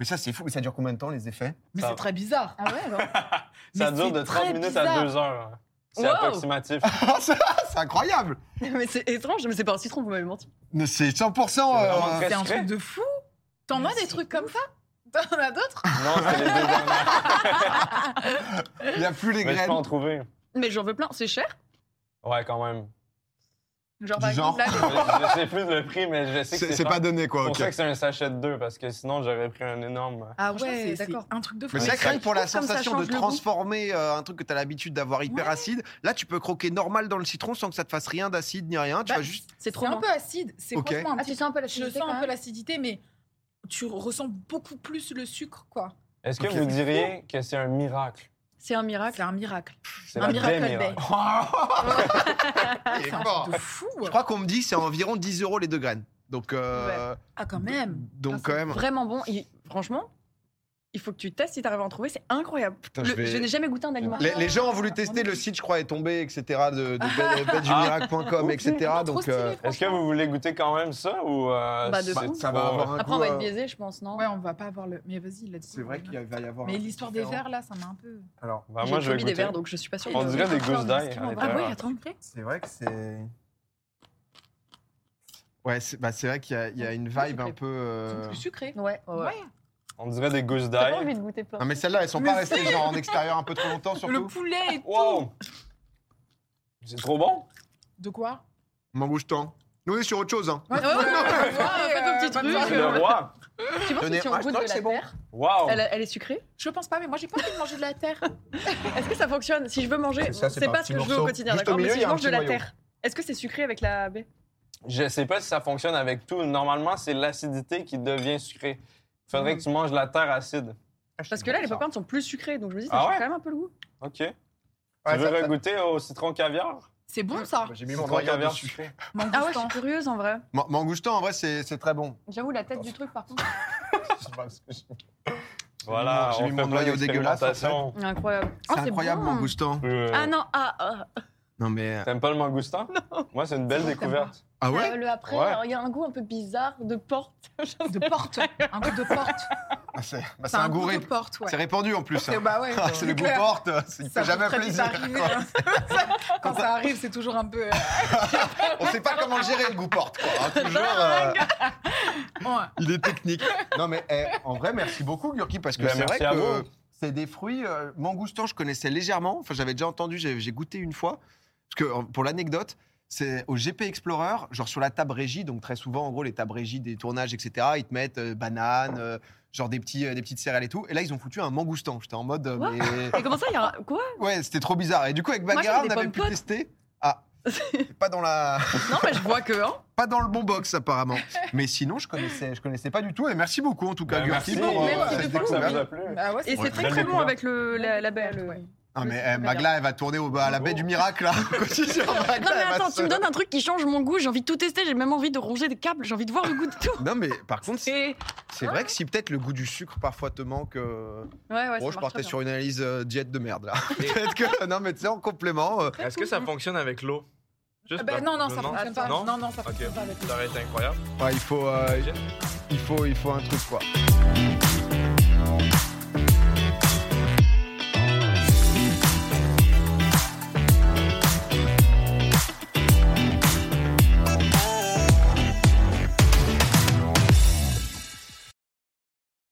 Speaker 1: Mais ça, c'est fou. Mais ça dure combien de temps, les effets
Speaker 4: Mais
Speaker 3: Ça
Speaker 4: c'est
Speaker 3: va.
Speaker 4: très bizarre.
Speaker 2: Ah ouais, alors
Speaker 3: Ça
Speaker 4: Mais
Speaker 3: dure
Speaker 4: c'est
Speaker 3: de 30
Speaker 4: très
Speaker 3: minutes à
Speaker 4: bizarre.
Speaker 3: 2 heures. hein. C'est
Speaker 2: Wow.
Speaker 3: approximatif.
Speaker 1: Ah, ça, C'est incroyable.
Speaker 2: Mais c'est étrange, mais c'est pas un citron, vous m'avez menti.
Speaker 1: Mais c'est 100%.
Speaker 3: C'est vraiment
Speaker 1: euh,
Speaker 3: très-
Speaker 4: C'est un
Speaker 3: secret.
Speaker 4: truc de fou. T'en
Speaker 2: Mais
Speaker 4: as des
Speaker 2: c'est
Speaker 4: trucs comme ça T'en as d'autres
Speaker 3: non, c'est les deux dernières.
Speaker 1: Il n'y a plus les
Speaker 3: Mais je peux en
Speaker 1: graines.
Speaker 3: trouver.
Speaker 2: Mais j'en veux plein, c'est cher
Speaker 3: Ouais, quand même.
Speaker 4: Genre,
Speaker 1: Du
Speaker 4: par
Speaker 1: genre.
Speaker 4: exemple, là,
Speaker 3: je je sais plus le prix, mais je sais que
Speaker 1: C'est
Speaker 3: c'est
Speaker 1: c'est
Speaker 3: cher.
Speaker 1: pas donné,
Speaker 3: C'est
Speaker 1: quoi.
Speaker 3: pour
Speaker 1: ok.
Speaker 3: ça que c'est un sachet de deux, parce que sinon, j'aurais pris un énorme.
Speaker 4: Ah
Speaker 2: Franchement,
Speaker 4: ouais,
Speaker 2: c'est-
Speaker 4: d'accord. Un truc de fou. Bah,
Speaker 1: Mais c'est vrai que
Speaker 3: ça-
Speaker 1: rien que pour la
Speaker 2: Comme ça
Speaker 1: sensation de
Speaker 2: change le goût.
Speaker 1: transformer euh, un truc que tu as l'habitude d'avoir hyper
Speaker 4: Ouais.
Speaker 1: acide, là tu peux croquer normal dans le citron sans que ça te fasse rien d'acide ni rien. Tu
Speaker 4: Bah,
Speaker 1: vas juste.
Speaker 2: C'est
Speaker 4: C'est
Speaker 2: trop
Speaker 4: un
Speaker 2: bien.
Speaker 4: peu acide. C'est
Speaker 1: Ok.
Speaker 4: franchement un
Speaker 2: Ah,
Speaker 4: petit-
Speaker 2: tu sens un peu
Speaker 4: Je
Speaker 2: l'acidité
Speaker 4: sens un
Speaker 2: quand
Speaker 4: peu
Speaker 2: même
Speaker 4: l'acidité, mais tu ressens beaucoup plus le sucre, quoi.
Speaker 3: Est-ce que
Speaker 1: Ok.
Speaker 3: vous diriez que c'est un miracle?
Speaker 2: C'est un
Speaker 4: Ah, C'est
Speaker 2: miracle.
Speaker 4: un miracle.
Speaker 3: C'est
Speaker 4: Un
Speaker 3: la
Speaker 4: miracle
Speaker 3: vraie
Speaker 4: Day.
Speaker 1: Il est
Speaker 4: C'est un
Speaker 1: fort.
Speaker 4: truc de fou.
Speaker 1: Je
Speaker 2: hein.
Speaker 1: crois qu'on me dit c'est environ 10 euros les deux graines. Donc, euh,
Speaker 4: Ah, quand même.
Speaker 1: donc
Speaker 2: Putain,
Speaker 1: quand
Speaker 2: c'est
Speaker 1: même.
Speaker 2: Vraiment bon. Et franchement, il faut que tu testes si t'arrives à en trouver. C'est incroyable.
Speaker 1: Putain,
Speaker 2: Le-
Speaker 1: je vais-
Speaker 2: Je n'ai jamais goûté un aliment.
Speaker 1: Les, les gens ont voulu tester le site, je crois, est tombé, etc. de, de bedjumiracle.com,
Speaker 3: Ah.
Speaker 1: etc.
Speaker 4: Trop
Speaker 1: Donc,
Speaker 4: stylé,
Speaker 1: euh,
Speaker 3: Est-ce que vous voulez goûter quand même ça ou euh,
Speaker 2: Bah, de
Speaker 3: c'est
Speaker 2: fou.
Speaker 1: ça va
Speaker 3: trop-
Speaker 1: avoir un
Speaker 2: Après, on
Speaker 1: goût,
Speaker 2: va être
Speaker 1: euh,
Speaker 2: biaisé, je pense, non
Speaker 4: Ouais, on va pas avoir le. Mais vas-y, là
Speaker 1: C'est vrai qu'il y a- va y avoir. un
Speaker 4: Mais
Speaker 1: truc
Speaker 4: l'histoire des
Speaker 1: différent.
Speaker 4: verres, là, ça m'a un peu.
Speaker 1: Alors,
Speaker 3: Bah,
Speaker 2: J'ai
Speaker 3: moi, je vais
Speaker 2: promis
Speaker 3: goûter.
Speaker 2: des verres, donc je suis pas sûre.
Speaker 3: On dirait des gousses d'ail à
Speaker 4: Ah ouais,
Speaker 1: Euh,
Speaker 3: l'intérieur.
Speaker 4: attends.
Speaker 1: c'est vrai que c'est. Ouais, c'est bah, c'est vrai qu'il y a- il y, a une vibe un peu.
Speaker 4: C'est
Speaker 1: euh,
Speaker 4: plus sucré.
Speaker 2: Ouais, ouais. ouais.
Speaker 4: Ouais.
Speaker 3: On dirait des gousses
Speaker 2: T'as pas
Speaker 3: d'ail.
Speaker 2: envie de goûter plein.
Speaker 1: Non, mais celles-là, elles sont pas restées genre en extérieur un peu trop longtemps,
Speaker 4: Le
Speaker 1: surtout.
Speaker 4: poulet et tout.
Speaker 3: Wow! C'est trop bon!
Speaker 4: De quoi
Speaker 1: M'en bouge tant. Nous, on est sur autre chose, hein.
Speaker 4: Ouais,
Speaker 2: ouais, ouais, ouais, ouais, fais ton petit
Speaker 4: euh, bonne
Speaker 2: truc.
Speaker 4: soirée.
Speaker 3: Le roi!
Speaker 2: Tu penses
Speaker 1: Tenez,
Speaker 2: que si
Speaker 1: ah,
Speaker 2: on
Speaker 1: je
Speaker 2: goûte
Speaker 1: crois que
Speaker 2: de
Speaker 1: c'est
Speaker 2: la
Speaker 1: bon.
Speaker 2: terre,
Speaker 3: Wow!
Speaker 2: elle, elle est sucrée
Speaker 4: Je pense pas, mais moi j'ai pas envie de manger de la terre.
Speaker 2: Est-ce que ça fonctionne Si je veux manger,
Speaker 1: C'est ça, c'est
Speaker 2: c'est
Speaker 1: pas un
Speaker 2: pas
Speaker 1: petit
Speaker 2: ce que je veux au
Speaker 1: morceau.
Speaker 2: quotidien,
Speaker 1: Juste au
Speaker 2: d'accord Mais
Speaker 1: milieu,
Speaker 2: si
Speaker 1: il y
Speaker 2: je
Speaker 1: a un
Speaker 2: mange de
Speaker 1: petit
Speaker 2: la
Speaker 1: noyau.
Speaker 2: terre, est-ce que c'est sucré avec la baie
Speaker 3: Je sais pas si ça fonctionne avec tout. Normalement, c'est l'acidité qui devient sucrée. Il faudrait
Speaker 1: Mm.
Speaker 3: que tu manges la terre acide.
Speaker 2: Parce que là, les popcorns sont plus sucrés, donc je me dis, ça
Speaker 3: Ah
Speaker 2: change
Speaker 3: ouais
Speaker 2: quand même un peu le goût.
Speaker 3: OK.
Speaker 1: Ouais,
Speaker 3: tu
Speaker 1: ça-
Speaker 3: veux
Speaker 1: ça-
Speaker 3: regoûter au citron caviar?
Speaker 4: C'est bon ça.
Speaker 1: Bah, J'ai mis mon
Speaker 3: Citron
Speaker 1: doigt
Speaker 3: caviar
Speaker 1: dessus.
Speaker 3: sucré.
Speaker 2: Ah ouais, je suis curieuse en vrai.
Speaker 1: Man- Mangoustan, en vrai, c'est c'est très bon.
Speaker 2: J'avoue, la tête du truc, par contre.
Speaker 1: Je sais pas ce que je-
Speaker 3: Voilà,
Speaker 1: J'ai mis
Speaker 3: on
Speaker 1: mon
Speaker 3: fait
Speaker 1: noyau
Speaker 3: plein
Speaker 1: dégueulasse, en fait.
Speaker 3: d'expérimentations.
Speaker 2: Incroyable. Ah,
Speaker 1: C'est incroyable,
Speaker 2: bon.
Speaker 1: Mangoustan.
Speaker 3: Euh,
Speaker 2: Ah non, ah, ah.
Speaker 1: Non, mais. euh,
Speaker 3: T'aimes pas le mangoustan? Moi, c'est une belle
Speaker 4: C'est bon,
Speaker 3: découverte.
Speaker 1: Ah ouais
Speaker 2: Euh, le après,
Speaker 3: Ouais.
Speaker 2: alors, il y a un goût un peu bizarre de porte.
Speaker 4: De porte. Un goût de porte.
Speaker 1: Ah, C'est bah, c'est
Speaker 4: C'est
Speaker 1: un goût
Speaker 4: de
Speaker 1: ré-
Speaker 4: porte, ouais.
Speaker 1: C'est répandu en plus.
Speaker 4: C'est-
Speaker 1: hein.
Speaker 4: Bah ouais.
Speaker 1: Ah, C'est le goût
Speaker 4: clair.
Speaker 1: porte, c'est- il
Speaker 4: Ça
Speaker 1: fait
Speaker 4: peut
Speaker 1: jamais
Speaker 4: très vite
Speaker 1: plaisir.
Speaker 4: arriver,
Speaker 1: quoi.
Speaker 4: hein. Quand ça arrive, c'est toujours un peu. euh,
Speaker 1: On sait pas comment gérer le goût porte. Quoi. hein, toujours, euh,
Speaker 4: ouais.
Speaker 1: il est technique. Non mais eh, en vrai, merci beaucoup Gurki parce que
Speaker 3: Ben,
Speaker 1: c'est vrai
Speaker 3: merci à
Speaker 1: que
Speaker 3: vous.
Speaker 1: c'est des fruits. euh, mangoustan, je connaissais légèrement. Enfin, j'avais déjà entendu, j'ai j'ai goûté une fois. Parce que en- pour l'anecdote. C'est au GP Explorer, genre sur la table régie, donc très souvent, en gros, les tables régies des tournages, etc., ils te mettent euh, bananes, euh, genre des, petits, euh, des petites céréales et tout. Et là, ils ont foutu un mangoustan. J'étais en mode. euh,
Speaker 2: Quoi
Speaker 1: mais-
Speaker 2: Et comment ça, il y a un... Quoi
Speaker 1: Ouais, c'était trop bizarre. Et du coup, avec
Speaker 2: Moi,
Speaker 1: Bagheera,
Speaker 2: j'avais
Speaker 1: on
Speaker 2: des
Speaker 1: avait
Speaker 2: pommes
Speaker 1: pu
Speaker 2: potes.
Speaker 1: tester. Ah, pas dans la,
Speaker 2: Non, mais je vois que, hein.
Speaker 1: pas dans le bon box apparemment. Mais sinon, je connaissais, je connaissais pas du tout. Et merci beaucoup en tout cas,
Speaker 3: Ben,
Speaker 1: Gurki,
Speaker 3: merci.
Speaker 1: pour euh,
Speaker 2: Merci
Speaker 1: cette
Speaker 3: J'espère que ça
Speaker 1: découverte.
Speaker 3: vous a plu.
Speaker 4: Bah ouais,
Speaker 2: Et
Speaker 1: Ouais,
Speaker 2: c'est très
Speaker 1: belle
Speaker 2: très bon
Speaker 3: découverte.
Speaker 2: avec le, la, la baie. le-
Speaker 4: Ouais.
Speaker 1: Ah, mais
Speaker 2: Super
Speaker 1: eh, Magla, elle va tourner au, à la baie du miracle là. Quotidien, Magla,
Speaker 2: Non mais
Speaker 1: elle va
Speaker 2: attends,
Speaker 1: se-
Speaker 2: tu me donnes un truc qui change mon goût, j'ai envie de tout tester, j'ai même envie de ronger des câbles, j'ai envie de voir le goût de tout.
Speaker 1: Non mais par contre, c'est-
Speaker 2: Et...
Speaker 1: c'est vrai que si peut-être le goût du sucre parfois te manque, euh,
Speaker 2: Ouais, ouais,
Speaker 1: bon,
Speaker 2: ça
Speaker 1: je
Speaker 2: marche
Speaker 1: partais
Speaker 2: très
Speaker 1: sur une analyse euh, diète de merde là. peut-être que non mais tu sais en complément, euh,
Speaker 7: Est-ce que ça fonctionne avec l'eau Juste
Speaker 4: Ah bah
Speaker 7: pour-
Speaker 4: non, non,
Speaker 7: je
Speaker 4: ça
Speaker 7: demande.
Speaker 4: fonctionne pas.
Speaker 7: Non,
Speaker 4: Non, non, ça
Speaker 7: Ok,
Speaker 4: fonctionne pas avec
Speaker 7: ça aurait été incroyable.
Speaker 1: ouais, il faut, euh, il faut, il faut un truc quoi.
Speaker 2: bien.